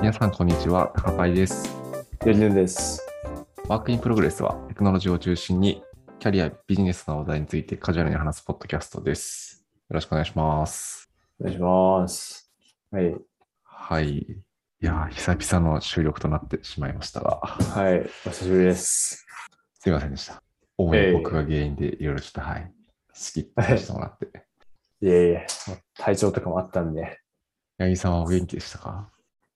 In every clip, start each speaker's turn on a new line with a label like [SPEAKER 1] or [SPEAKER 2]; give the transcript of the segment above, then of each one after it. [SPEAKER 1] 皆さん、こんにちは。高パイです。
[SPEAKER 2] やりねです。
[SPEAKER 1] ワークインプログレスは、テクノロジーを中心に、キャリア、ビジネスの話題についてカジュアルに話すポッドキャストです。よろしくお願いします。
[SPEAKER 2] お願いします。はい。
[SPEAKER 1] はい。いやー、久々の収録となってしまいましたが、
[SPEAKER 2] はい。お久しぶりです。
[SPEAKER 1] すいませんでした。主に僕が原因でいろいろちょっと、はい、仕切ってしてもらって。
[SPEAKER 2] いえいえ、体調とかもあったんで。
[SPEAKER 1] 八木さんはお元気でしたか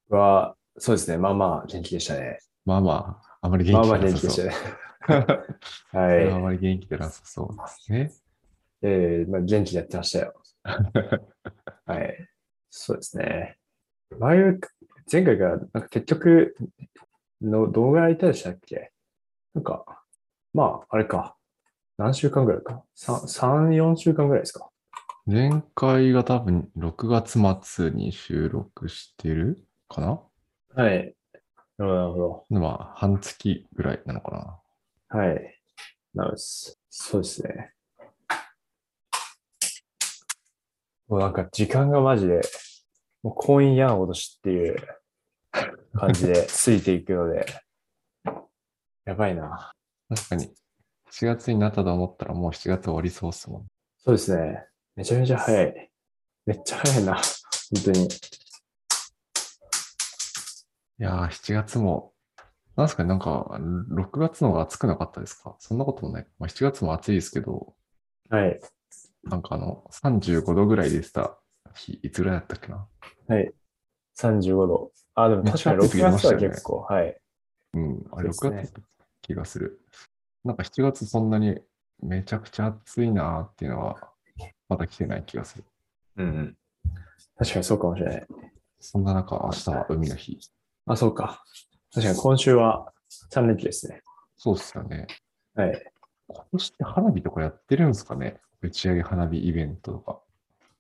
[SPEAKER 2] は、そうですね。まあまあ元気でしたね。
[SPEAKER 1] まあまあ、あまり
[SPEAKER 2] ま
[SPEAKER 1] 元
[SPEAKER 2] あ
[SPEAKER 1] 気が
[SPEAKER 2] まあ
[SPEAKER 1] な
[SPEAKER 2] 元
[SPEAKER 1] さ
[SPEAKER 2] 気でし
[SPEAKER 1] そ
[SPEAKER 2] た
[SPEAKER 1] う。
[SPEAKER 2] ね。
[SPEAKER 1] それ
[SPEAKER 2] は
[SPEAKER 1] はいあ。まり元気でなさそうですね。
[SPEAKER 2] ええまあ、元気でやってましたよ。はい。そうですね。前、前回が、なんか結局、の動画やりたいでしたっけなんか、まあ、あれか。何週間ぐらいか。3、4週間ぐらいですか。
[SPEAKER 1] 前回が多分6月末に収録してるかな
[SPEAKER 2] はい。なるほどなるほど。
[SPEAKER 1] まあ、半月ぐらいなのか
[SPEAKER 2] はい。なるです。そうですね。もうなんか時間がマジで、もう婚姻やんほどしっていう感じでついていくので、 やばいな。
[SPEAKER 1] な。確かに、7月になったと思ったらもう7月終わりそうっすもん。
[SPEAKER 2] そうですね。めちゃめちゃ早い。めっちゃ早いな。本当に。
[SPEAKER 1] いやー、7月も、なんすかね、なんか、6月の方が暑くなかったですかそんなこともない。まあ、7月も暑いですけど、
[SPEAKER 2] はい。
[SPEAKER 1] なんかあの、35度ぐらいでした日、いつぐらいだったっけな
[SPEAKER 2] 35度。あ、でも確かに
[SPEAKER 1] めっちゃ暑い時期
[SPEAKER 2] 6月は
[SPEAKER 1] ありましたよね
[SPEAKER 2] 結構、はい。
[SPEAKER 1] うん、あれ
[SPEAKER 2] そう
[SPEAKER 1] 6
[SPEAKER 2] ですね
[SPEAKER 1] 月だった気がする。なんか7月そんなにめちゃくちゃ暑いなーっていうのは、まだ来てない気がする。
[SPEAKER 2] うん。確かにそうかもしれない。
[SPEAKER 1] そんな中、明日は海の日。
[SPEAKER 2] あ、そうか。確かに今週は3連休ですね。
[SPEAKER 1] そうっすよね。
[SPEAKER 2] はい。
[SPEAKER 1] 今年って花火とかやってるんですかね打ち上げ花火イベントとか。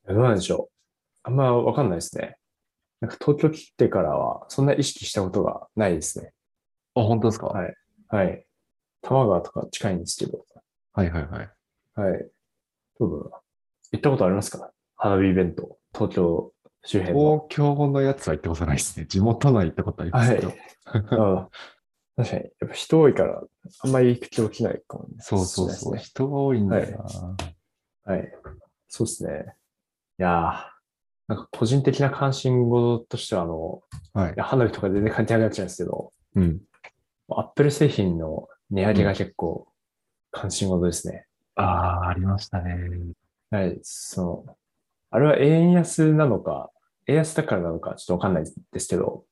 [SPEAKER 2] どうなんでしょう。あんまわかんないですね。なんか東京来てからは、そんな意識したことがないですね。
[SPEAKER 1] あ、本当ですか、
[SPEAKER 2] は
[SPEAKER 1] はいい、
[SPEAKER 2] はい。多摩川とか近いんですけど。
[SPEAKER 1] はいはいはい
[SPEAKER 2] はい。多分、行ったことありますか花火イベント。東京周辺の。
[SPEAKER 1] 東京のやつは行ったことないですね。地元のは行ったことありますけど。
[SPEAKER 2] はいうん確かに。やっぱ人多いから、あんまり行く気起きないかも、ね。
[SPEAKER 1] そうそう
[SPEAKER 2] しれ
[SPEAKER 1] そう。
[SPEAKER 2] ないです
[SPEAKER 1] 人が多いんだよな、
[SPEAKER 2] ね。はい。そうですね。いやー、なんか個人的な関心事としては、あの、
[SPEAKER 1] はい。
[SPEAKER 2] いや花火とか全然関係なくなっちゃうんですけど、
[SPEAKER 1] うん。
[SPEAKER 2] アップル製品の値上げが結構関心事ですね。
[SPEAKER 1] ああ、ありましたね。
[SPEAKER 2] はい、その、あれは円安なのか、円安だからなのかちょっとわかんないですけど、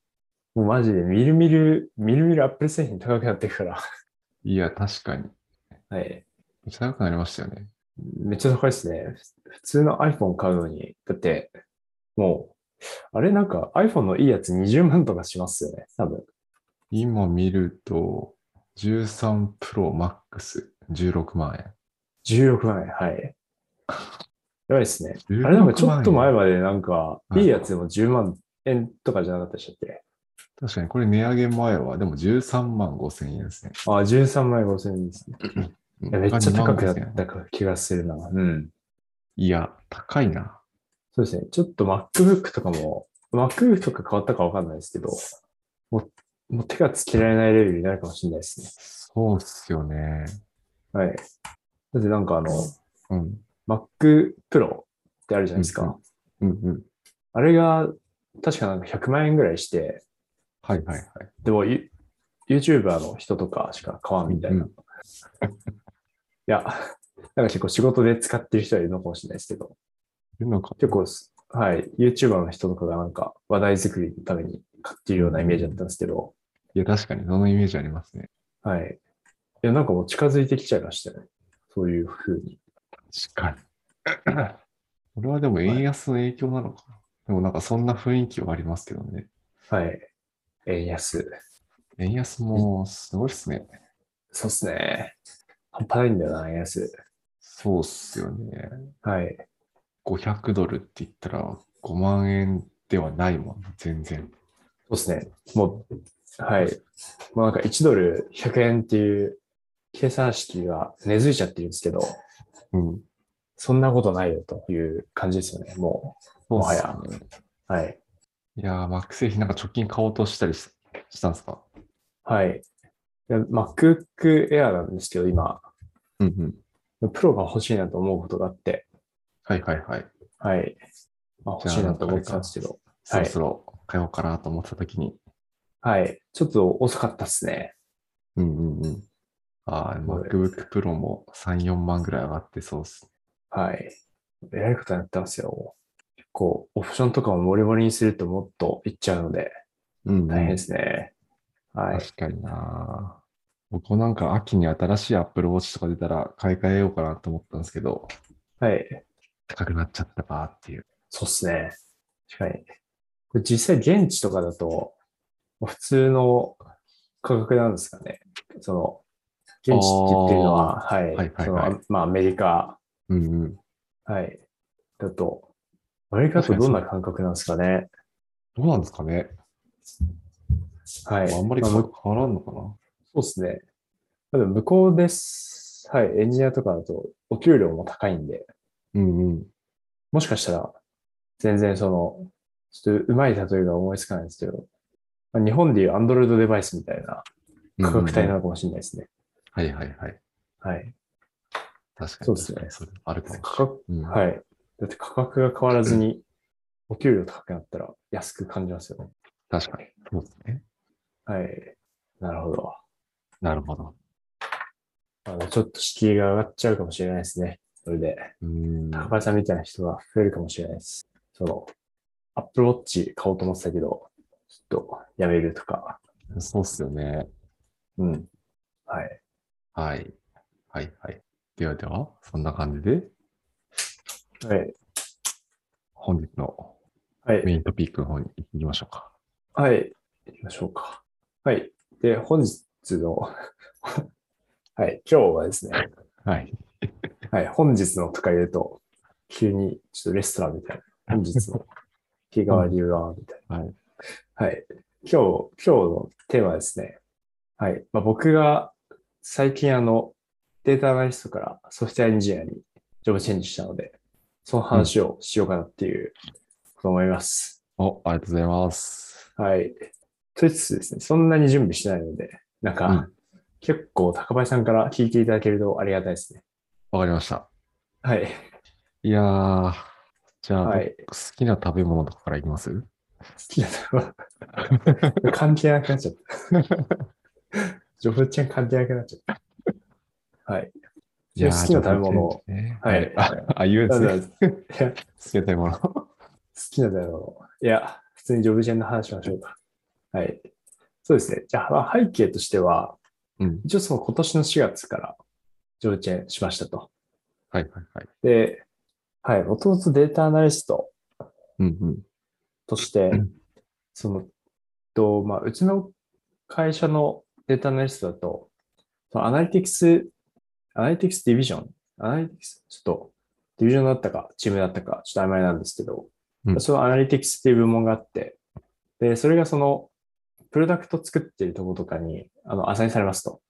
[SPEAKER 2] もうマジでみるみる、みるみるアップル製品高くなっていくから、
[SPEAKER 1] いや、確かに。
[SPEAKER 2] はい、
[SPEAKER 1] 行きたくなりましたよね。
[SPEAKER 2] めっちゃ高いですね。ふ普通の iPhone 買うのに、だって、もう、あれなんか iPhone のいいやつ20万とかしますよね、多分。
[SPEAKER 1] 今見ると、13 Pro Max、16万円。
[SPEAKER 2] 16万円、はい。やばいですね。
[SPEAKER 1] 16万円
[SPEAKER 2] あれなんかちょっと前までなんか、
[SPEAKER 1] はい
[SPEAKER 2] いいやつでも10万円とかじゃなかったでしたっけ
[SPEAKER 1] 確かに、これ値上げ前は、でも13万5千円ですね。
[SPEAKER 2] ああ、13万円5千円ですね。
[SPEAKER 1] うん
[SPEAKER 2] いやめっちゃ高くな
[SPEAKER 1] 他
[SPEAKER 2] っ
[SPEAKER 1] に万円
[SPEAKER 2] た気がするな。うん。
[SPEAKER 1] いや、高いな。
[SPEAKER 2] そうですね。ちょっと MacBook とかも、MacBook とか変わったかわかんないですけど、もうもう手がつけられないレベルになるかもしれないですね。
[SPEAKER 1] そうっすよね。
[SPEAKER 2] はい。だってなんかあの、
[SPEAKER 1] うん。
[SPEAKER 2] Mac Pro ってあるじゃないですか。
[SPEAKER 1] うんうんうん。
[SPEAKER 2] あれが、確かなんか100万円ぐらいして、
[SPEAKER 1] はいはいはい。
[SPEAKER 2] でも、ユ YouTuber の人とかしか買わんみたいな。
[SPEAKER 1] うん
[SPEAKER 2] いや、なんか結構仕事で使ってる人はいるのかもしれないですけど、
[SPEAKER 1] いるのか。
[SPEAKER 2] 結構す、はい、YouTuber の人とかがなんか話題作りのために買ってるようなイメージだったんですけど、
[SPEAKER 1] いや、確かに、そのイメージありますね。
[SPEAKER 2] はい。いや、なんかもう近づいてきちゃいましたね。そういうふうに。
[SPEAKER 1] 確かに。 これはでも円安の影響なのかな。でもなんかそんな雰囲気はありますけどね。
[SPEAKER 2] はい。円安。
[SPEAKER 1] 円安もすごいっすね。
[SPEAKER 2] そうっすね。半端ないんだよな、円安。
[SPEAKER 1] そうっすよね。
[SPEAKER 2] はい。
[SPEAKER 1] 500ドルって言ったら5万円ではないもん、全然。
[SPEAKER 2] そうですね。もう、はい。もうなんか1ドル100円っていう計算式が根付いちゃってるんですけど、
[SPEAKER 1] うん。
[SPEAKER 2] そんなことないよという感じですよね。も
[SPEAKER 1] そう
[SPEAKER 2] も
[SPEAKER 1] っ
[SPEAKER 2] は
[SPEAKER 1] す
[SPEAKER 2] や
[SPEAKER 1] よね。
[SPEAKER 2] う、はい。
[SPEAKER 1] いやー、Mac 製品なんか直近買おうとしたりししたんですか
[SPEAKER 2] はい。いや MacBook Air なんですけど、今、
[SPEAKER 1] うんうん。
[SPEAKER 2] プロが欲しいなと思うことがあって、
[SPEAKER 1] はいはいはい。
[SPEAKER 2] はい。まあ、
[SPEAKER 1] じゃ
[SPEAKER 2] 欲
[SPEAKER 1] あ
[SPEAKER 2] しいなと思ってたんですけど、
[SPEAKER 1] そろそろ買おうかなと思ってた時に。
[SPEAKER 2] はい。ちょっと遅かったですね。
[SPEAKER 1] うんうんうん。ああ、
[SPEAKER 2] そうで
[SPEAKER 1] MacBook Pro も3、4万ぐらい上がってそうっす。
[SPEAKER 2] はい。えらいことになってますよ。結構、オプションとかもモリモリにするともっといっちゃうので、
[SPEAKER 1] うん、
[SPEAKER 2] 大変ですね。はい。
[SPEAKER 1] 確かにな僕もなんか秋に新しい Apple Watch とか出たら買い替えようかなと思ったんですけど、
[SPEAKER 2] はい。
[SPEAKER 1] 高くなっちゃったかっていう。
[SPEAKER 2] そうっすね。確かに。これ実際、現地とかだと、普通の価格なんですかね。その、現地って言ってるのは、はい。
[SPEAKER 1] はいはい
[SPEAKER 2] そ
[SPEAKER 1] はい
[SPEAKER 2] のまあ、アメリカ、
[SPEAKER 1] うんうん。
[SPEAKER 2] はい。だと、アメリカだとどんな感覚なんですかね。
[SPEAKER 1] どうなんですかね、
[SPEAKER 2] はい。
[SPEAKER 1] あんまり
[SPEAKER 2] ま
[SPEAKER 1] か
[SPEAKER 2] あ
[SPEAKER 1] 変わらんのかな
[SPEAKER 2] そうですね。ただ向こうです。はい。エンジニアとかだと、お給料も高いんで、
[SPEAKER 1] うんうん。
[SPEAKER 2] もしかしたら、全然その、ちょっとうまい例えが思いつかないですけど、まあ日本でいう Android デバイスみたいな価格帯な
[SPEAKER 1] うんうんうん
[SPEAKER 2] のかもしれないですね。
[SPEAKER 1] はいはいはい。
[SPEAKER 2] はい。
[SPEAKER 1] 確かに。
[SPEAKER 2] そうで
[SPEAKER 1] 確
[SPEAKER 2] すね
[SPEAKER 1] かにそれあるかも
[SPEAKER 2] 価格、
[SPEAKER 1] うん
[SPEAKER 2] はい。だって価格が変わらずに、お給料高くなったら安く感じますよね。
[SPEAKER 1] 確かに。そうですね。
[SPEAKER 2] はい。なるほど。
[SPEAKER 1] なるほど。
[SPEAKER 2] あの、ちょっと敷居が上がっちゃうかもしれないですね。それで。
[SPEAKER 1] うん。
[SPEAKER 2] 高橋さんみたいな人が増えるかもしれないです。その、アップルウォッチ買おうと思ってたけど、ちょっとやめるとか。
[SPEAKER 1] そうっすよね。
[SPEAKER 2] うん。はい。
[SPEAKER 1] はい。はいはい。ではでは、そんな感じで、
[SPEAKER 2] はい。
[SPEAKER 1] 本日の
[SPEAKER 2] はい。
[SPEAKER 1] メイントピックの方に行きましょうか。
[SPEAKER 2] はい。行きましょうか。はい。で、本日の、 はい。今日はですね、
[SPEAKER 1] はい。
[SPEAKER 2] はい。本日のとか言うと、急にちょっとレストランみたいな。本日の日替わりは、みたいな。
[SPEAKER 1] はい。
[SPEAKER 2] はい。今日、今日のテーマはですね。はい。まあ、僕が最近あの、データアナリストからソフトウェアエンジニアにジョブチェンジしたので、その話をしようかなっていうこと思います。
[SPEAKER 1] お、ありがとうございます。
[SPEAKER 2] はい。と言いつつですね、そんなに準備してないので、なんか、
[SPEAKER 1] うん
[SPEAKER 2] 結構高林さんから聞いていただけるとありがたいですね。
[SPEAKER 1] わかりました。
[SPEAKER 2] はい。
[SPEAKER 1] いやー、じゃあ、
[SPEAKER 2] はい。
[SPEAKER 1] 好きな食べ物とかからいきます
[SPEAKER 2] 好きなのは関係なくなっちゃった。ジョブチェン関係なくなっちゃった。はい。
[SPEAKER 1] いやー
[SPEAKER 2] 好きな食べ物を。
[SPEAKER 1] ね
[SPEAKER 2] は
[SPEAKER 1] はいい。あ、あ言うんで
[SPEAKER 2] た
[SPEAKER 1] す
[SPEAKER 2] だ、
[SPEAKER 1] ね。
[SPEAKER 2] い
[SPEAKER 1] 好
[SPEAKER 2] や、好
[SPEAKER 1] きな食べ物。
[SPEAKER 2] きな食べ物。いや、普通にジョブチェンの話しましょうか。はい。そうですね。じゃあ、まあ背景としては、
[SPEAKER 1] うん。
[SPEAKER 2] 一応その今年の4月からジョブチェンしましたと。
[SPEAKER 1] はいはいはい。
[SPEAKER 2] で、はい、もともとデータアナリスト
[SPEAKER 1] うんうん。
[SPEAKER 2] として
[SPEAKER 1] うん、
[SPEAKER 2] その、と、まあ、うちの会社のデータアナリストだと、そのアナリティクス、アナリティクスディビジョン、アナリティクス、ちょっと、ディビジョンだったか、チームだったか、ちょっと曖昧なんですけど、
[SPEAKER 1] うん
[SPEAKER 2] そのアナリティクスっていう部門があって、で、それがその、プロダクト作ってるところとかに、あの、アサインされますと。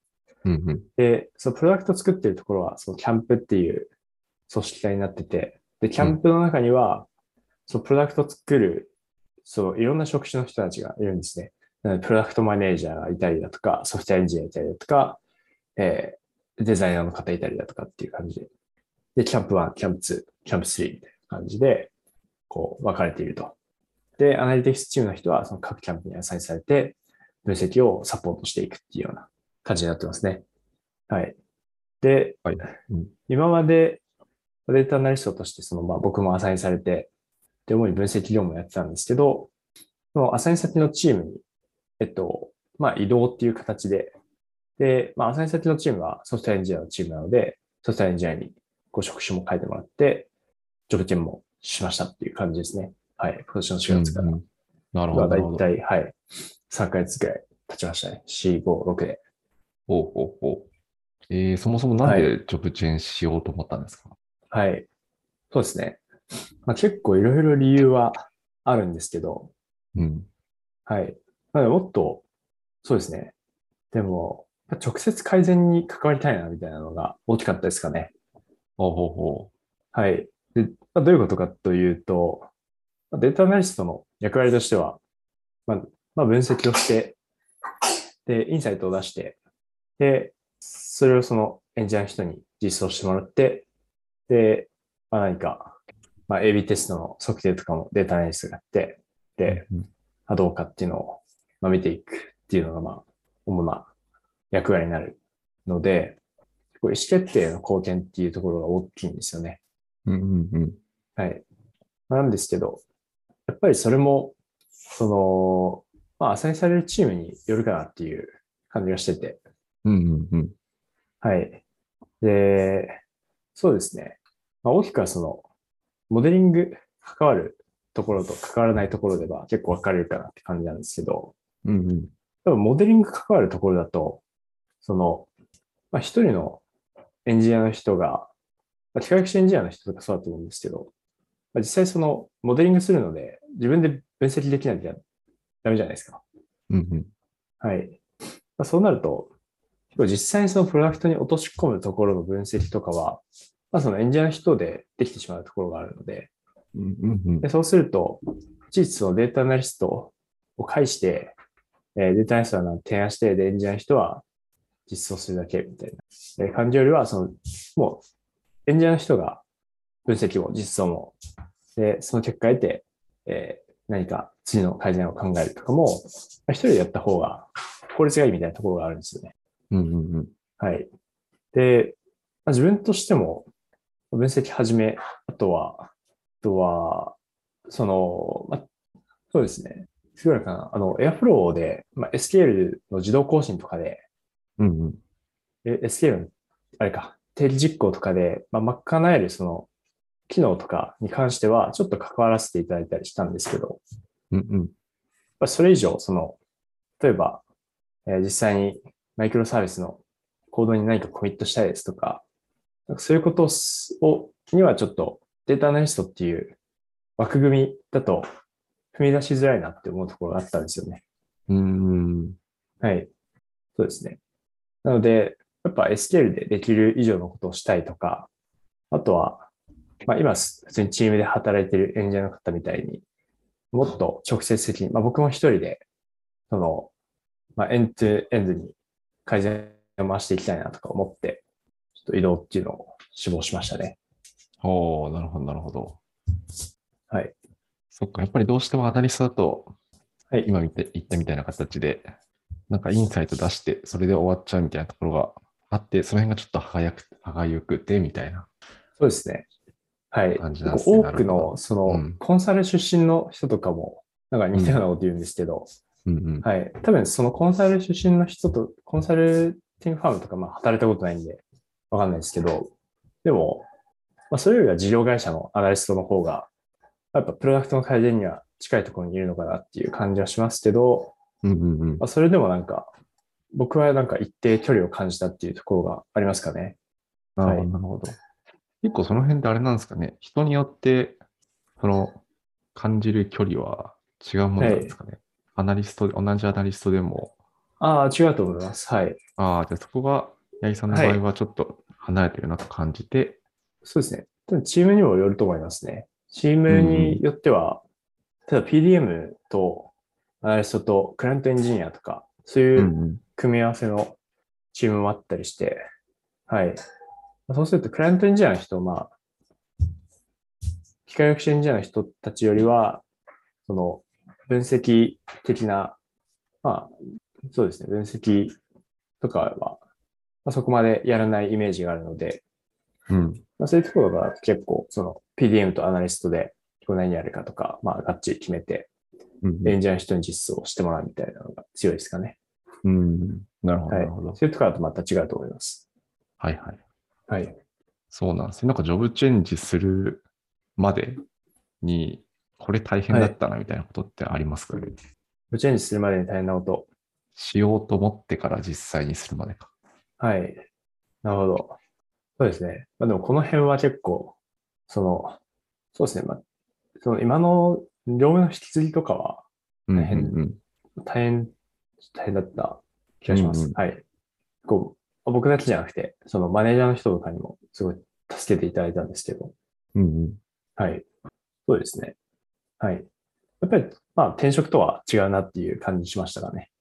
[SPEAKER 1] うんうん。
[SPEAKER 2] で、そのプロダクト作ってるところは、そのキャンプっていう組織体になってて、で、キャンプの中には、そのプロダクト作る、そう、いろんな職種の人たちがいるんですね。なのでプロダクトマネージャーがいたりだとか、ソフトウェアエンジニアがいたりだとか、えーデザイナーの方いたりだとかっていう感じで。で、キャンプ1、キャンプ2、キャンプ3みたいな感じで、こう、分かれていると。で、アナリティクスチームの人は、その各キャンプにアサインされて、分析をサポートしていくっていうような感じになってますね。はい。で、
[SPEAKER 1] はいうん
[SPEAKER 2] 今までデータアナリストとして、その、まあ、僕もアサインされて、で、主に分析業務をやってたんですけど、そのアサイン先のチームに、えっと、まあ、移動っていう形で、で、まあ、アサイン先のチームはソフトウェアエンジニアのチームなので、ソフトウェアエンジニアにこう職種も変えてもらって、ジョブチェンもしましたっていう感じですね。はい。今年の4月から
[SPEAKER 1] うん。うんなるほ
[SPEAKER 2] まあ
[SPEAKER 1] ど。な
[SPEAKER 2] 大
[SPEAKER 1] るほど
[SPEAKER 2] 体、はい。3ヶ月くらい経ちましたね。4、5、6で。
[SPEAKER 1] おうおうおうえー、そもそもなん
[SPEAKER 2] は
[SPEAKER 1] でジョブチェンしようと思ったんですか、
[SPEAKER 2] はい。そうですね。まあ、結構いろいろ理由はあるんですけど、
[SPEAKER 1] うん。
[SPEAKER 2] はい。なのでもっと、そうですね。でも、直接改善に関わりたいな、みたいなのが大きかったですかね。
[SPEAKER 1] おうおうおう
[SPEAKER 2] はい。で、まあ、どういうことかというと、まあデータアナリストの役割としては、まあ、まあ、分析をして、で、インサイトを出して、で、それをそのエンジニアの人に実装してもらって、で、まあ、何か、まあ、AB テストの測定とかもデータアナリストがやって、で、
[SPEAKER 1] うん
[SPEAKER 2] まあ、どうかっていうのを、まあ、見ていくっていうのが、まあ、主な役割になるので、こう意思決定の貢献っていうところが大きいんですよね。
[SPEAKER 1] うんうん
[SPEAKER 2] はい。なんですけど、やっぱりそれも、その、まあ、アサインされるチームによるかなっていう感じがしてて。
[SPEAKER 1] うん。うんうんうん。
[SPEAKER 2] はい。で、そうですね。まあ、大きくはその、モデリング関わるところと関わらないところでは結構分かれるかなって感じなんですけど、
[SPEAKER 1] うんうん。
[SPEAKER 2] 多分モデリング関わるところだと、その、まあ、一人のエンジニアの人が、まあ、機械学習エンジニアの人とかそうだと思うんですけど、まあ、実際そのモデリングするので、自分で分析できなきゃダメじゃないですか。
[SPEAKER 1] うんうん。
[SPEAKER 2] はい。まあ、そうなると、結構実際にそのプロダクトに落とし込むところの分析とかは、まあ、そのエンジニアの人でできてしまうところがあるので、
[SPEAKER 1] うんうんうん
[SPEAKER 2] でそうすると、事実のデータアナリストを介して、えーデータアナリストはなんか提案して、で、エンジニアの人は実装するだけみたいなえー感じよりは、その、もう、エンジニアの人が分析も実装も、で、その結果を得て、えー何か次の改善を考えるとかも、まあ一人でやった方が効率がいいみたいなところがあるんですよね。
[SPEAKER 1] うんうんうん。
[SPEAKER 2] はい。で、まあ、自分としても、分析始め、あとは、あとは、その、まあ、そうですね。すごいのかな。あの、Airflow で、まあ、SQL の自動更新とかで、
[SPEAKER 1] うんうん。
[SPEAKER 2] え SQL の、あれか、定義実行とかで、まあ、賄えるその、機能とかに関しては、ちょっと関わらせていただいたりしたんですけど、
[SPEAKER 1] うんうん。
[SPEAKER 2] まあそれ以上、その、例えば、えー実際にマイクロサービスのコードに何かコミットしたいですとか、なんかそういうことをすを、にはちょっとデータアナリストっていう枠組みだと踏み出しづらいなって思うところがあったんですよね。
[SPEAKER 1] うんうん。
[SPEAKER 2] はい。そうですね。なので、やっぱ SQL でできる以上のことをしたいとか、あとは、まあ、今す、普通にチームで働いてるエンジニアの方みたいに、もっと直接的に、まあ、僕も一人で、その、まあ、エンドトゥエンドに改善を回していきたいなとか思って、ちょっと移動っていうのを志望しましたね。
[SPEAKER 1] おーなるほど、なるほど。
[SPEAKER 2] はい。
[SPEAKER 1] そっか、やっぱりどうしてもアナリストだと、
[SPEAKER 2] はい
[SPEAKER 1] 今見て言ったみたいな形で、なんかインサイト出して、それで終わっちゃうみたいなところがあって、その辺がちょっと歯がゆく歯がゆくてみたいな。
[SPEAKER 2] そうですね。はい。
[SPEAKER 1] 感じなんですね
[SPEAKER 2] 多
[SPEAKER 1] な
[SPEAKER 2] く
[SPEAKER 1] るほ
[SPEAKER 2] の、その、
[SPEAKER 1] うん
[SPEAKER 2] コンサル出身の人とかも、なんか似たようなこと言うんですけど、
[SPEAKER 1] うんうん。
[SPEAKER 2] はい。多分そのコンサル出身の人と、コンサルティングファームとかまあ働いたことないんで、わかんないですけど、でも、まあ、それよりは事業会社のアナリストの方が、やっぱプロダクトの改善には近いところにいるのかなっていう感じはしますけど、
[SPEAKER 1] うんうんうん
[SPEAKER 2] まあ、それでもなんか、僕はなんか一定距離を感じたっていうところがありますかね。
[SPEAKER 1] なるほど、
[SPEAKER 2] はい
[SPEAKER 1] なるほど。結構その辺ってあれなんですかね。人によって、その、感じる距離は違うものなんですかね。アナリスト、同じアナリストでも、
[SPEAKER 2] ああ、違うと思います。はい。
[SPEAKER 1] ああ、じゃあそこが、八木さんの場
[SPEAKER 2] はい
[SPEAKER 1] 合はちょっと離れてるなと感じて、
[SPEAKER 2] そうですね。多分チームにもよると思いますね。チームによっては、例えば PDM とアナリストとクライアントエンジニアとか、そういううん
[SPEAKER 1] うん
[SPEAKER 2] 組み合わせのチームもあったりして、はい。そうすると、クライアントエンジニアの人、まあ、機械学習エンジニアの人たちよりは、その、分析的な、まあ、そうですね、分析とかは、まあ、そこまでやらないイメージがあるので、
[SPEAKER 1] うん
[SPEAKER 2] まあ、そういうところが結構、その PDM とアナリストで、こう何やるかとか、まあ、がっちり決めて、
[SPEAKER 1] うん
[SPEAKER 2] エンジニアの人に実装してもらうみたいなのが強いですかね。
[SPEAKER 1] うんなるほど、な
[SPEAKER 2] は
[SPEAKER 1] いるほど。
[SPEAKER 2] そういうところだとまた違うと思います。
[SPEAKER 1] はいはい。
[SPEAKER 2] はい。
[SPEAKER 1] そうなんですよ。なんかジョブチェンジするまでに、これ大変だったなみたいなことってありますかね、
[SPEAKER 2] ブチェンジするまでに大変なこと。
[SPEAKER 1] しようと思ってから実際にするまでか。
[SPEAKER 2] はい。なるほど。そうですね。まあ、でもこの辺は結構、その、そうですね。まあ、その今の業務の引き継ぎとかは
[SPEAKER 1] うんうん
[SPEAKER 2] 大変
[SPEAKER 1] うん
[SPEAKER 2] 大変、大変だった気がします。
[SPEAKER 1] うんうん
[SPEAKER 2] はい。こう、僕だけじゃなくて、そのマネージャーの人とかにもすごい助けていただいたんですけど、
[SPEAKER 1] うんうん
[SPEAKER 2] はい。そうですね。はい。やっぱり、まあ、転職とは違うなっていう感じしましたかね。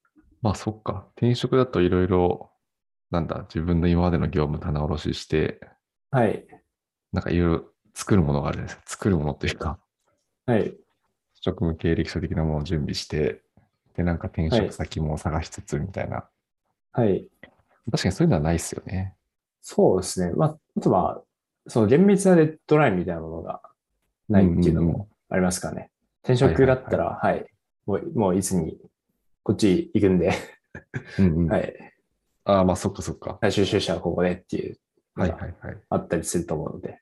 [SPEAKER 1] まあそっか。転職だといろいろ、なんだ、自分の今までの業務棚卸しして、
[SPEAKER 2] はい。
[SPEAKER 1] なんかいろいろ作るものがあるじゃないですか。作るものというか、
[SPEAKER 2] はい。
[SPEAKER 1] 職務経歴書的なものを準備して、で、なんか転職先も探しつつみたいな。
[SPEAKER 2] はい。
[SPEAKER 1] 確かにそういうのはないですよね。
[SPEAKER 2] そうですね。まあ、あとは、その厳密なデッドラインみたいなものがないっていうの
[SPEAKER 1] うんうんう
[SPEAKER 2] もありますかね。転職だったら、はいもう、もういつに、こっち行くんで、
[SPEAKER 1] うんうん。
[SPEAKER 2] はい。
[SPEAKER 1] ああ、まあそっかそっか。
[SPEAKER 2] 最終出社はここでっていう、
[SPEAKER 1] はいはいはい。
[SPEAKER 2] あったりすると思うので。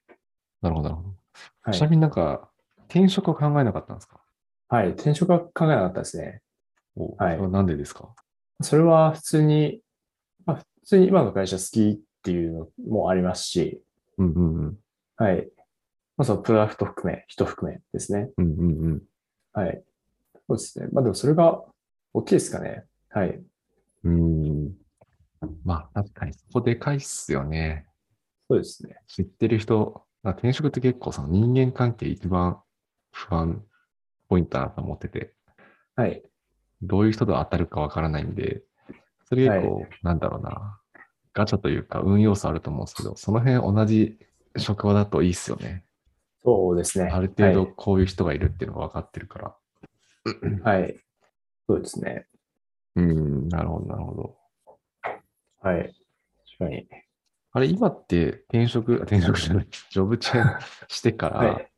[SPEAKER 1] なるほどなるほど。
[SPEAKER 2] は。
[SPEAKER 1] ちないみになんか、転職は考えなかったんですか
[SPEAKER 2] はい。転職は考えなかったですね。
[SPEAKER 1] お
[SPEAKER 2] はい
[SPEAKER 1] それなんでですか
[SPEAKER 2] それは普通に、まあ、普通に今の会社好きっていうのもありますし、
[SPEAKER 1] うんうんうん。
[SPEAKER 2] はい。まあ、そのプロダクト含め、人含めですね。
[SPEAKER 1] うんうんうん。
[SPEAKER 2] はい。そうですね。まあでもそれが大きいですかね。はい。
[SPEAKER 1] うーんまあ、確かにそこでかいっすよね。
[SPEAKER 2] そうですね。
[SPEAKER 1] 知ってる人、まあ転職って結構その人間関係一番不安ポイントだなと思ってて、
[SPEAKER 2] はい。
[SPEAKER 1] どういう人と当たるかわからないんで、それ結構、なんだろうな、ガチャというか運用素あると思うんですけど、その辺同じ職場だといいっすよね。
[SPEAKER 2] そうですね。
[SPEAKER 1] ある程
[SPEAKER 2] は
[SPEAKER 1] 度
[SPEAKER 2] い。
[SPEAKER 1] こういう人がいるっていうのが分かってるから。
[SPEAKER 2] はい。そうですね。
[SPEAKER 1] うん、なるほど、なるほど。
[SPEAKER 2] はい。確かに。
[SPEAKER 1] あれ、今って転職、あ転職じゃない、ジョブチェンしてか
[SPEAKER 2] は
[SPEAKER 1] ら
[SPEAKER 2] い。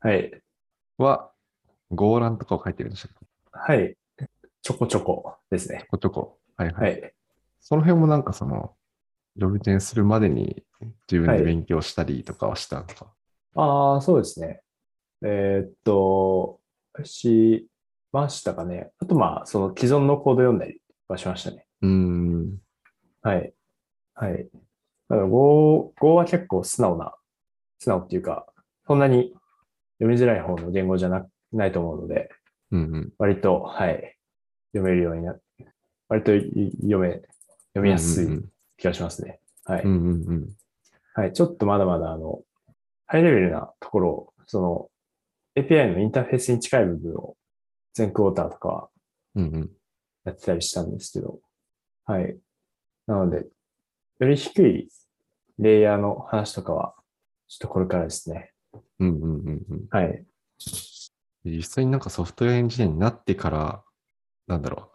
[SPEAKER 2] はい。
[SPEAKER 1] は、ゴーランとかを書いてるんでしたっけ
[SPEAKER 2] はい。ちょこちょこですね
[SPEAKER 1] ちょ。こちょこ。はいはい。
[SPEAKER 2] はい。
[SPEAKER 1] その辺もなんかその、ジョブチェンするまでに自分
[SPEAKER 2] はい
[SPEAKER 1] で勉強したりとかはしたのか。
[SPEAKER 2] ああ、そうですね。えーっと、しましたかね。あと、まあ、その既存のコード読んだりはしましたね。
[SPEAKER 1] うーん。
[SPEAKER 2] はい。はい。だから Go、Go は結構素直な、素直っていうか、そんなに読みづらい方の言語じゃな、ないと思うので、
[SPEAKER 1] うんうん。
[SPEAKER 2] 割と、はい、読めるようにな、割とい読め、読みやす
[SPEAKER 1] うん
[SPEAKER 2] い気がしますね。はい。
[SPEAKER 1] うんうんうん
[SPEAKER 2] はい。ちょっとまだまだ、あの、ハイレベルなところを、その、API のインターフェースに近い部分を、全クォーターとかは
[SPEAKER 1] うん。うんうん。
[SPEAKER 2] やってたりしたんですけど、はい。なので、より低いレイヤーの話とかは、ちょっとこれからですね。
[SPEAKER 1] うんうんうんうん。
[SPEAKER 2] はい。
[SPEAKER 1] 実際になんかソフトウェアエンジニアになってから、なんだろ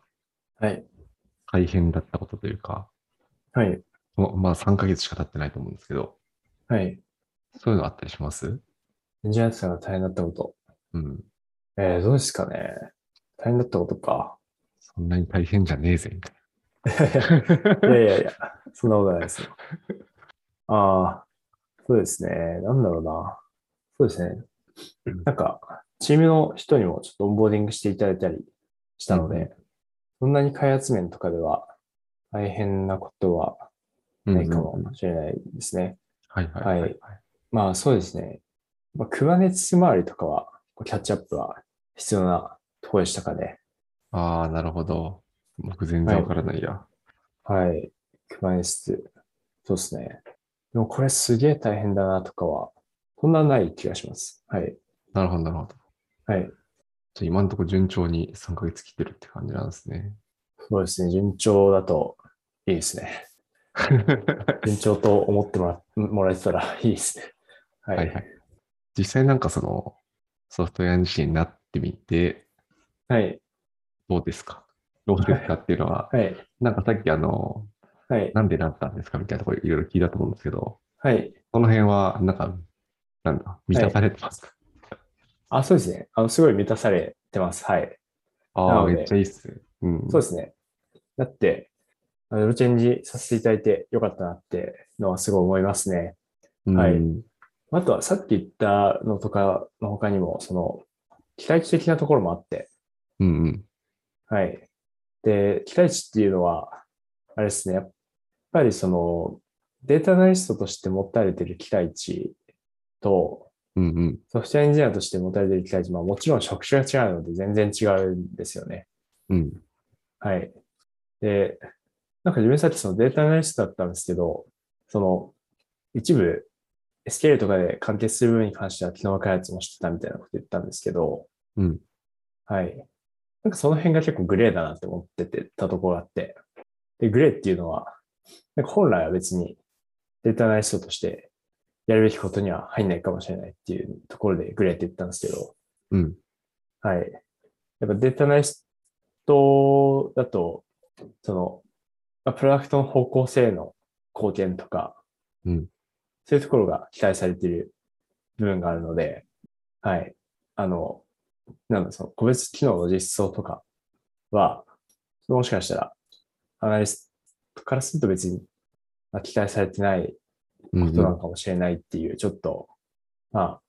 [SPEAKER 1] う、
[SPEAKER 2] はい。
[SPEAKER 1] 大変だったことというか、
[SPEAKER 2] はい。
[SPEAKER 1] ままあ3ヶ月しか経ってないと思うんですけど、
[SPEAKER 2] はい。
[SPEAKER 1] そういうのあったりします
[SPEAKER 2] エンジニアさんが大変だったこと。
[SPEAKER 1] うん。
[SPEAKER 2] えー、どうですかね。大変だったこと か。
[SPEAKER 1] そんなに大変じゃねえぜ、みたい
[SPEAKER 2] いやいやいや、そんなことないですよ。ああ、そうですね。なんだろうな。そうですね。なんか、チームの人にもちょっとオンボーディングしていただいたりしたので、
[SPEAKER 1] う
[SPEAKER 2] そんなに開発面とかでは大変なことは
[SPEAKER 1] な。
[SPEAKER 2] ないかも
[SPEAKER 1] うんうんうん
[SPEAKER 2] しれないですね。
[SPEAKER 1] はいはいはい、はい。
[SPEAKER 2] まあそうですね。まあ、Kubernetes 周りとかは、こうキャッチアップは必要なところでしたかね。
[SPEAKER 1] ああ、なるほど。僕全然わからないや。
[SPEAKER 2] はい。Kubernetes。そうですね。でもこれすげえ大変だなとかは、そんなない気がします。はい。
[SPEAKER 1] なるほど、なるほど。
[SPEAKER 2] はい。
[SPEAKER 1] じゃあ今のところ順調に3ヶ月来てるって感じなんですね。
[SPEAKER 2] そうですね。順調だといいですね。順調と思ってもらもらえてたらいいですね。は。
[SPEAKER 1] はいいはい。実際なんかそのソフトウェアエンジニアになってみて、
[SPEAKER 2] はい。
[SPEAKER 1] どうですかどうですかっていうのは、
[SPEAKER 2] はい。
[SPEAKER 1] なんかさっきあの、
[SPEAKER 2] はい。
[SPEAKER 1] なんでなったんですかみたいなところいろいろ聞いたと思うんですけど、
[SPEAKER 2] はい。
[SPEAKER 1] この辺はなんか、なんだ、満たされてますか、
[SPEAKER 2] あ、そうですね。あの、すごい満たされてます。はい。
[SPEAKER 1] あ
[SPEAKER 2] な
[SPEAKER 1] あ、
[SPEAKER 2] ので
[SPEAKER 1] めっちゃいいっすね。うん。
[SPEAKER 2] そうですね。だって、あのチェンジさせていただいてよかったなってのはすごい思いますね。
[SPEAKER 1] うん
[SPEAKER 2] はいあとはさっき言ったのとかの他にも、その、期待値的なところもあって、
[SPEAKER 1] うんうん。
[SPEAKER 2] はい。で、期待値っていうのは、あれですね、やっぱりその、データアナリストとして持たれてる期待値と、
[SPEAKER 1] うんうん。
[SPEAKER 2] ソフトウェアエンジニアとして持たれてる期待値、まあもちろん職種が違うので全然違うんですよね。
[SPEAKER 1] うん。
[SPEAKER 2] はい。で、なんか自分さっきそのデータアナリストだったんですけど、その一部 SQL とかで完結する部分に関しては機能開発もしてたみたいなこと言ったんですけど、
[SPEAKER 1] うん
[SPEAKER 2] はい。なんかその辺が結構グレーだなって思っててたところがあって。で、グレーっていうのは、なんか本来は別にデータアナリストとしてやるべきことには入んないかもしれないっていうところでグレーって言ったんですけど、
[SPEAKER 1] うん。
[SPEAKER 2] はい。やっぱデータアナリストだと、その、まあプロダクトの方向性への貢献とか、
[SPEAKER 1] うん
[SPEAKER 2] そういうところが期待されている部分があるので、はい。あの、なんだ、その個別機能の実装とかは、もしかしたら、アナリストからすると別にまあ期待されてない
[SPEAKER 1] うん
[SPEAKER 2] ことなのかもしれないっていう、ちょっと、まあ、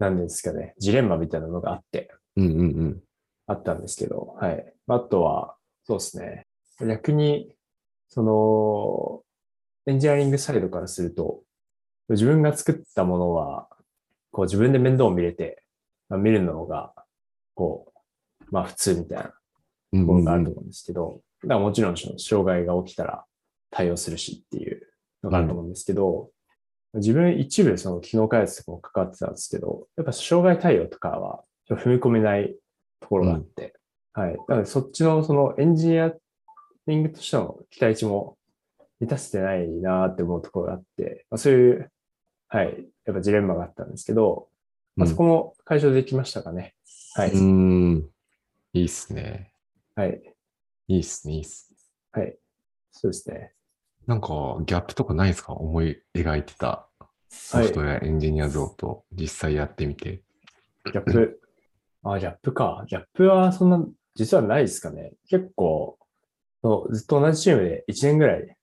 [SPEAKER 2] なんですかね、ジレンマみたいなのがあって、
[SPEAKER 1] うんうんうん。
[SPEAKER 2] あったんですけど、はい。あとは、そうですね。逆に、その、エンジニアリングサイドからすると、自分が作ったものは、こう自分で面倒を見れて、まあ、見るのが、こう、まあ普通みたいな
[SPEAKER 1] うん
[SPEAKER 2] とこ
[SPEAKER 1] う
[SPEAKER 2] ろ
[SPEAKER 1] ん
[SPEAKER 2] があ
[SPEAKER 1] う
[SPEAKER 2] る
[SPEAKER 1] ん
[SPEAKER 2] と思うんですけど、だからもちろんその障害が起きたら対応するしっていうのがあると思うんですけど、自分一部その機能開発とかも関わってたんですけど、やっぱ障害対応とかはちょっと踏み込めないところがあって、はい。なのでそっちのそのエンジニアリングとしての期待値も満たせてないなって思うところがあって、まあ、そういう、はい、やっぱジレンマがあったんですけど、まあ、そこも解消できましたかね。はい。
[SPEAKER 1] うん。いいっすね。
[SPEAKER 2] はい。
[SPEAKER 1] いいっすね、いいっすね。
[SPEAKER 2] はい。そうですね。
[SPEAKER 1] なんか、ギャップとかないですか思い描いてたソフトウェアエンジニア像と実際やってみて。
[SPEAKER 2] ギャップ。あ、ギャップか。ギャップはそんな、実はないですかね。結構、そうずっと同じチームで1年ぐらい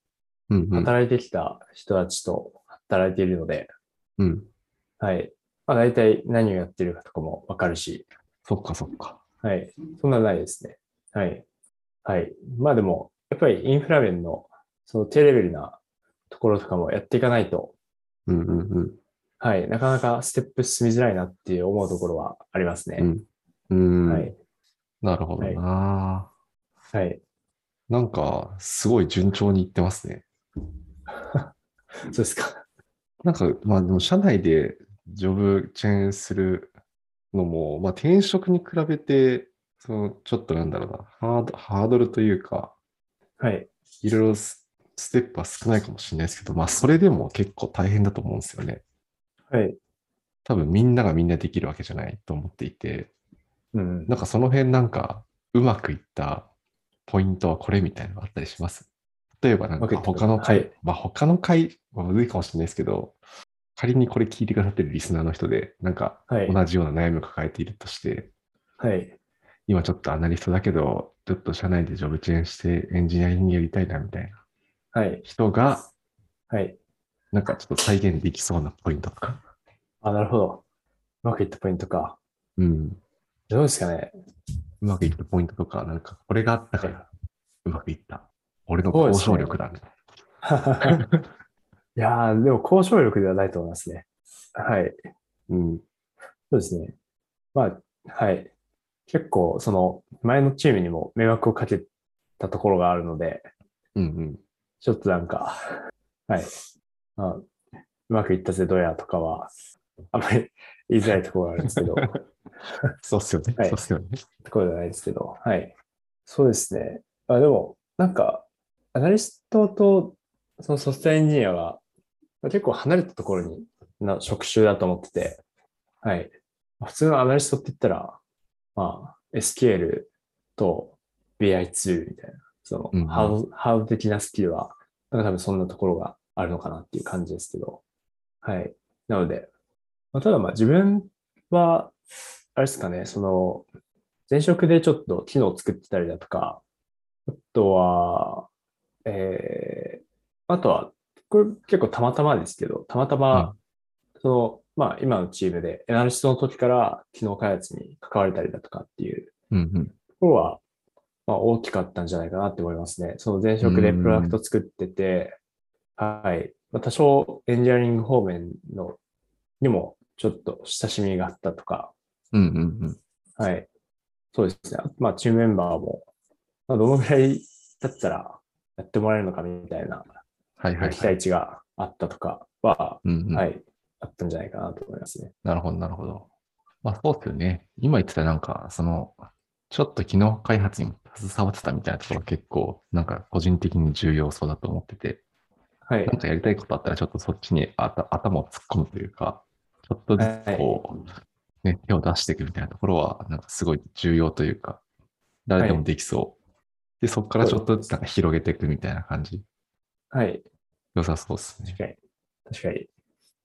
[SPEAKER 1] うんうん。
[SPEAKER 2] 働いてきた人たちと働いているので、
[SPEAKER 1] うん。
[SPEAKER 2] はい。まあ大体何をやってるかとかもわかるし、
[SPEAKER 1] そっかそっか。
[SPEAKER 2] はい。そんなないですね。はい。はい。まあでも、やっぱりインフラ面の、その低レベルなところとかもやっていかないと、
[SPEAKER 1] うんうんうん。
[SPEAKER 2] はい。なかなかステップ進みづらいなって思うところはあります
[SPEAKER 1] う
[SPEAKER 2] ね。
[SPEAKER 1] ん。うん。
[SPEAKER 2] はい。
[SPEAKER 1] なるほどな、
[SPEAKER 2] はい。
[SPEAKER 1] なんか、すごい順調にいってますね。
[SPEAKER 2] そうですか。
[SPEAKER 1] なんか、まあでも、社内でジョブチェーンするのも、まあ転職に比べて、そのちょっとなんだろうな、ハードハードルというか、
[SPEAKER 2] はい。
[SPEAKER 1] いろいろスステップは少ないかもしれないですけど、まあそれでも結構大変だと思うんですよね。
[SPEAKER 2] はい。
[SPEAKER 1] 多分みんながみんなできるわけじゃないと思っていて、
[SPEAKER 2] うん。
[SPEAKER 1] なんかその辺なんかうまくいったポイントはこれみたいなのがあったりします。例えばなん
[SPEAKER 2] わけ
[SPEAKER 1] か
[SPEAKER 2] ってこと
[SPEAKER 1] 他の回、
[SPEAKER 2] はい
[SPEAKER 1] まあ他の回はむずいかもしれないですけど、仮にこれ聞いてくださってるリスナーの人で、なんか
[SPEAKER 2] はい。
[SPEAKER 1] 同じような悩みを抱えているとして、
[SPEAKER 2] はい。
[SPEAKER 1] 今ちょっとアナリストだけど、ちょっと社内でジョブチェーンしてエンジニアリングやりたいなみたいな
[SPEAKER 2] はい。
[SPEAKER 1] 人が、
[SPEAKER 2] はい。
[SPEAKER 1] なんかちょっと再現できそうなポイントとか。
[SPEAKER 2] あ、なるほど。うまくいったポイントか。
[SPEAKER 1] うん。
[SPEAKER 2] どうですかね。
[SPEAKER 1] うまくいったポイントとか、なんかこれがあったからうまくいった。俺の
[SPEAKER 2] そうで
[SPEAKER 1] 交
[SPEAKER 2] すね
[SPEAKER 1] 渉力だみたい
[SPEAKER 2] いやー、でも交渉力ではないと思いますね。はい。
[SPEAKER 1] な。うん。
[SPEAKER 2] そうですね。まあ、はい。結構、その、前のチームにも迷惑をかけたところがあるので、
[SPEAKER 1] うんうん。
[SPEAKER 2] ちょっとなんか、はい。あうまくいったぜ、どうやとかは、あんまり言いづらいところがあるんですけど、
[SPEAKER 1] そうっすよね。
[SPEAKER 2] はい
[SPEAKER 1] そうっすよね。
[SPEAKER 2] ところじゃないですけど、はい。そうですね。あでも、なんか、アナリストとそのソフトウェアエンジニアは、まあ結構離れたところにな職種だと思ってて、はい。普通のアナリストって言ったら、まあ、SQL と BI2 みたいな、そ
[SPEAKER 1] うんうん
[SPEAKER 2] のハード、ハード的なスキルは、なんか多分そんなところがあるのかなっていう感じですけど、はい。なので、まあ、ただまあ自分は、あれですかね、その、前職でちょっと機能を作ってたりだとか、あとは、えー、あとは、これ結構たまたまですけど、たまたま、その、まあ今のチームで、エナリストの時から機能開発に関われたりだとかっていう
[SPEAKER 1] うんうん。
[SPEAKER 2] ところは、まあ、大きかったんじゃないかなって思いますね。その前職でプロダクト作ってて、はい。まあ、多少エンジニアリング方面のにもちょっと親しみがあったとか、
[SPEAKER 1] うんうんうん。
[SPEAKER 2] はい。そうですね。まあ、チームメンバーも、まあ、どのぐらいだったらやってもらえるのかみたいな
[SPEAKER 1] はいはい、
[SPEAKER 2] 期
[SPEAKER 1] はい。
[SPEAKER 2] 待値があったとかは、
[SPEAKER 1] うんうん
[SPEAKER 2] はい、あったんじゃないかなと思いますね。
[SPEAKER 1] なるほど、なるほど。まあそうっすよね。今言ってたなんか、その、ちょっと機能開発に携わってたみたいなところは結構、なんか個人的に重要そうだと思ってて、
[SPEAKER 2] はい
[SPEAKER 1] なん。かやりたいことあったらちょっとそっちにあた頭を突っ込むというか、ちょっとずつこう、ね、手を出していくみたいなところは、なんかすごい重要というか、誰でもできそう。で、そこからちょっとずつなんか広げていくみたいな感じ。
[SPEAKER 2] はい。
[SPEAKER 1] 良さそうですね
[SPEAKER 2] 確。かに。確かに。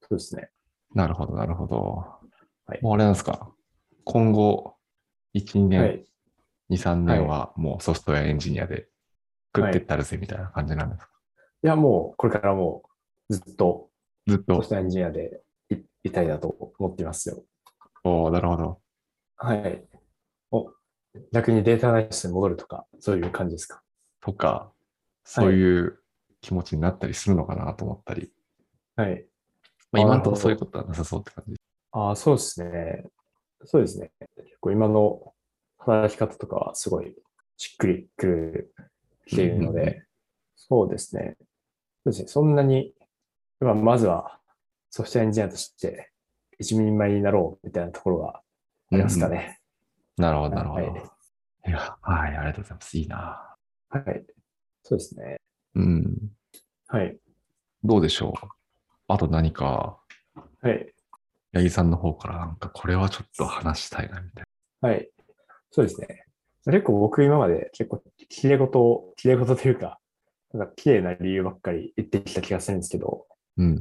[SPEAKER 2] そうですね。
[SPEAKER 1] なるほど、なるほど。
[SPEAKER 2] はい
[SPEAKER 1] もうあれなんですか。今後、1、2年、
[SPEAKER 2] はい。
[SPEAKER 1] 2、3年はもうソフトウェアエンジニアで食ってったるぜみたいな感じなんですか、
[SPEAKER 2] いや、もう、これからもう、ずっと、
[SPEAKER 1] ずっ
[SPEAKER 2] ソ
[SPEAKER 1] と
[SPEAKER 2] フ。トエンジニアでいいたいなと思ってますよ。
[SPEAKER 1] おーなるほど。
[SPEAKER 2] はい。お、逆にデータアナリストに戻るとか、そういう感じですか。
[SPEAKER 1] とか、そういう気持ちになったりするのかなと思ったり。
[SPEAKER 2] はい。
[SPEAKER 1] まあ、
[SPEAKER 2] あー
[SPEAKER 1] 今
[SPEAKER 2] な
[SPEAKER 1] のとこ
[SPEAKER 2] るほど
[SPEAKER 1] ろそういうことはなさそうって感じ。
[SPEAKER 2] ああ、そうですね。そうですね。結構今の働き方とかはすごいしっくりくるっていうの
[SPEAKER 1] うんうん
[SPEAKER 2] で、そうですね。そうですね。そんなに、まあ、まずはソフトエンジニアとして一人前になろうみたいなところがありますかね。
[SPEAKER 1] なるほど、なるほど。
[SPEAKER 2] はい
[SPEAKER 1] いや、はい、ありがとうございます。いいな。
[SPEAKER 2] はい。そうですね。
[SPEAKER 1] うん。
[SPEAKER 2] はい。
[SPEAKER 1] どうでしょう。あと何か、
[SPEAKER 2] はい。
[SPEAKER 1] 八木さんの方からなんか、これはちょっと話したいな、みたい
[SPEAKER 2] はい。そうですね。結構僕今まで結構綺麗事を、綺麗事というか、なんか綺麗な理由ばっかり言ってきた気がするんですけど、
[SPEAKER 1] な。うん。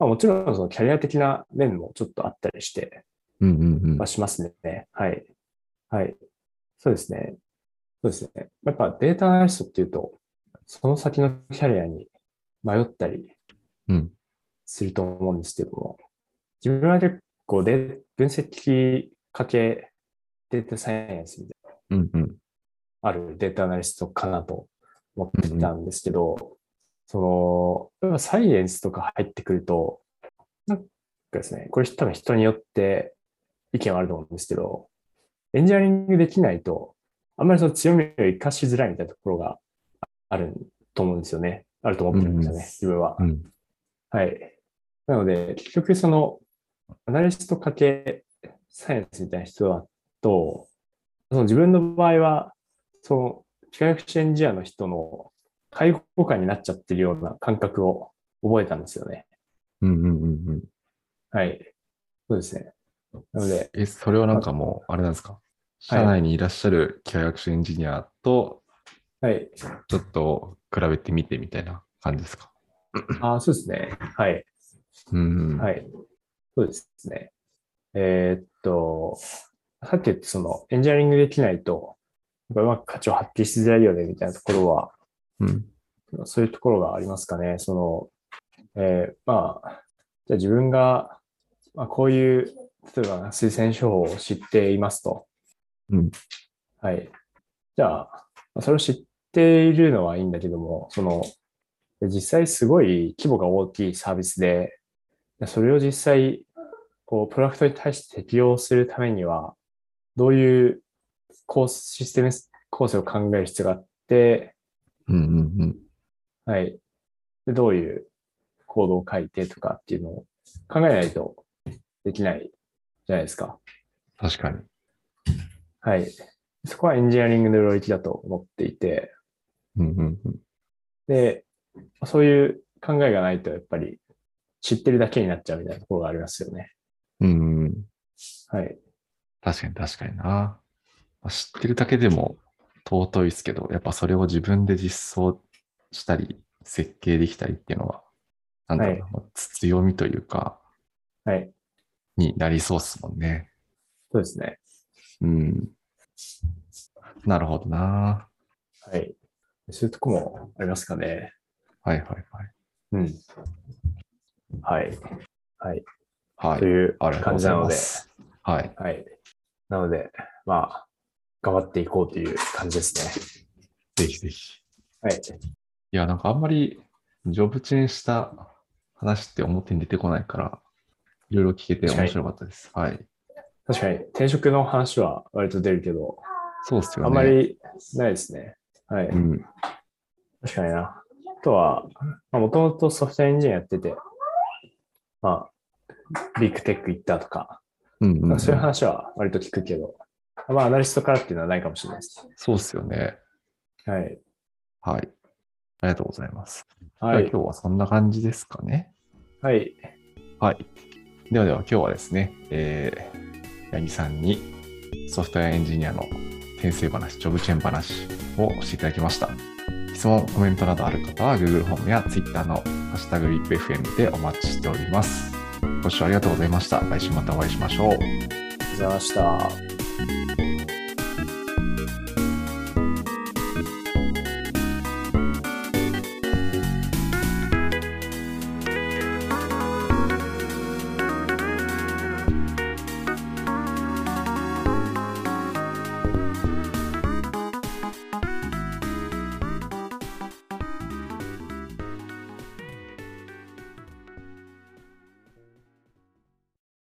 [SPEAKER 2] まあ、もちろんそのキャリア的な面もちょっとあったりして、
[SPEAKER 1] うんうんうん
[SPEAKER 2] まあ、。しますね。はい。はい。そうですね。そうですね。やっぱデータアナリストっていうと、その先のキャリアに迷ったり
[SPEAKER 1] うん
[SPEAKER 2] すると思うんですけども、自分は結構で分析かけデータサイエンスみたいな
[SPEAKER 1] うんうん。
[SPEAKER 2] あるデータアナリストかなと思ってたんですけど、その、やっぱサイエンスとか入ってくると、なんかですね、これ多分人によって意見はあると思うんですけど、エンジニアリングできないと、あんまりその強みを生かしづらいみたいなところがあると思うんですよね。あると思ってるんですよね、
[SPEAKER 1] うん
[SPEAKER 2] 自分は。
[SPEAKER 1] うん。
[SPEAKER 2] はい。なので、結局その、アナリストかけサイエンスみたいな人だと、その自分の場合は、その、機械学習エンジニアの人の介護官になっちゃってるような感覚を覚えたんですよね。
[SPEAKER 1] うんうんうんうん。
[SPEAKER 2] はい。そうですね。なので、
[SPEAKER 1] え、それはなんかもう、あれなんですか社内にいらっしゃる機械学習エンジニアと、
[SPEAKER 2] はい。
[SPEAKER 1] ちょっと比べてみてみたいな感じですか
[SPEAKER 2] あそうですね。はい。
[SPEAKER 1] うん。。
[SPEAKER 2] はいい。そうですね。えーっと、さっき言ったそのエンジニアリングできないと、やっぱうまく価値を発揮しづらいよねみたいなところは、
[SPEAKER 1] うん。
[SPEAKER 2] そういうところがありますかね。その、えーまあ、じゃあ自分が、まあ、こういう、例えば推薦書法を知っていますと。
[SPEAKER 1] うん。
[SPEAKER 2] はい。じゃあ、まあそれを知っているのはいいんだけども、その、実際すごい規模が大きいサービスで、それを実際、こう、プロダクトに対して適用するためには、どういうコース、システム構成を考える必要があって、
[SPEAKER 1] うんうんうん。
[SPEAKER 2] はい。で、どういう行動を書いてとかっていうのを考えないとできないじゃないですか。
[SPEAKER 1] 確かに。
[SPEAKER 2] はい。そこはエンジニアリングの領域だと思っていて、
[SPEAKER 1] うんうんうん。
[SPEAKER 2] で、そういう考えがないとやっぱり知ってるだけになっちゃうみたいなところがありますよね。
[SPEAKER 1] うんうん。
[SPEAKER 2] はい。
[SPEAKER 1] 確かに確かにな。まあ知ってるだけでも尊いですけど、やっぱそれを自分で実装したり、設計できたりっていうのは、なんだろうな、まあ強みというか、
[SPEAKER 2] はい。
[SPEAKER 1] になりそうですもんね。
[SPEAKER 2] そうですね。
[SPEAKER 1] うん。なるほどな。
[SPEAKER 2] はい。そういうとこもありますかね。
[SPEAKER 1] はいはいはい。
[SPEAKER 2] うん。はい。はい。
[SPEAKER 1] はい。
[SPEAKER 2] という
[SPEAKER 1] ありがとう
[SPEAKER 2] 感
[SPEAKER 1] ご
[SPEAKER 2] じ
[SPEAKER 1] ざ
[SPEAKER 2] ないの
[SPEAKER 1] ま
[SPEAKER 2] で。
[SPEAKER 1] す。はい。
[SPEAKER 2] はい。なので、まあ、頑張っていこうという感じですね。
[SPEAKER 1] ぜひぜひ。
[SPEAKER 2] はい。
[SPEAKER 1] いや、なんかあんまりジョブチェーンした話って表に出てこないから、いろいろ聞けて面白かったです。はい。
[SPEAKER 2] 確かに、転職の話は割と出るけど、
[SPEAKER 1] そうっすよね。。
[SPEAKER 2] あんまりないですね。はいう
[SPEAKER 1] ん。
[SPEAKER 2] 確かにな。あとは、もともとソフトエンジニアやってて、まあ、ビッグテック行ったとか、
[SPEAKER 1] うんうんうん
[SPEAKER 2] そういう話は割と聞くけど、まあ、アナリストからっていうのはないかもしれないです。
[SPEAKER 1] そうですよね。
[SPEAKER 2] はい。
[SPEAKER 1] はい。ありがとうございます。
[SPEAKER 2] は
[SPEAKER 1] じゃあ
[SPEAKER 2] い。
[SPEAKER 1] 今日はそんな感じですかね。
[SPEAKER 2] はい。
[SPEAKER 1] はい。ではでは今日はですね、えー、八木さんにソフトウェアエンジニアの転生話、ジョブチェーン話をしていただきました。質問、コメントなどある方は Google ホームや Twitter のハッシュタグ WIPFM でお待ちしております。ご視聴ありがとうございました。来週またお会いしましょう。
[SPEAKER 2] ありがとうございました。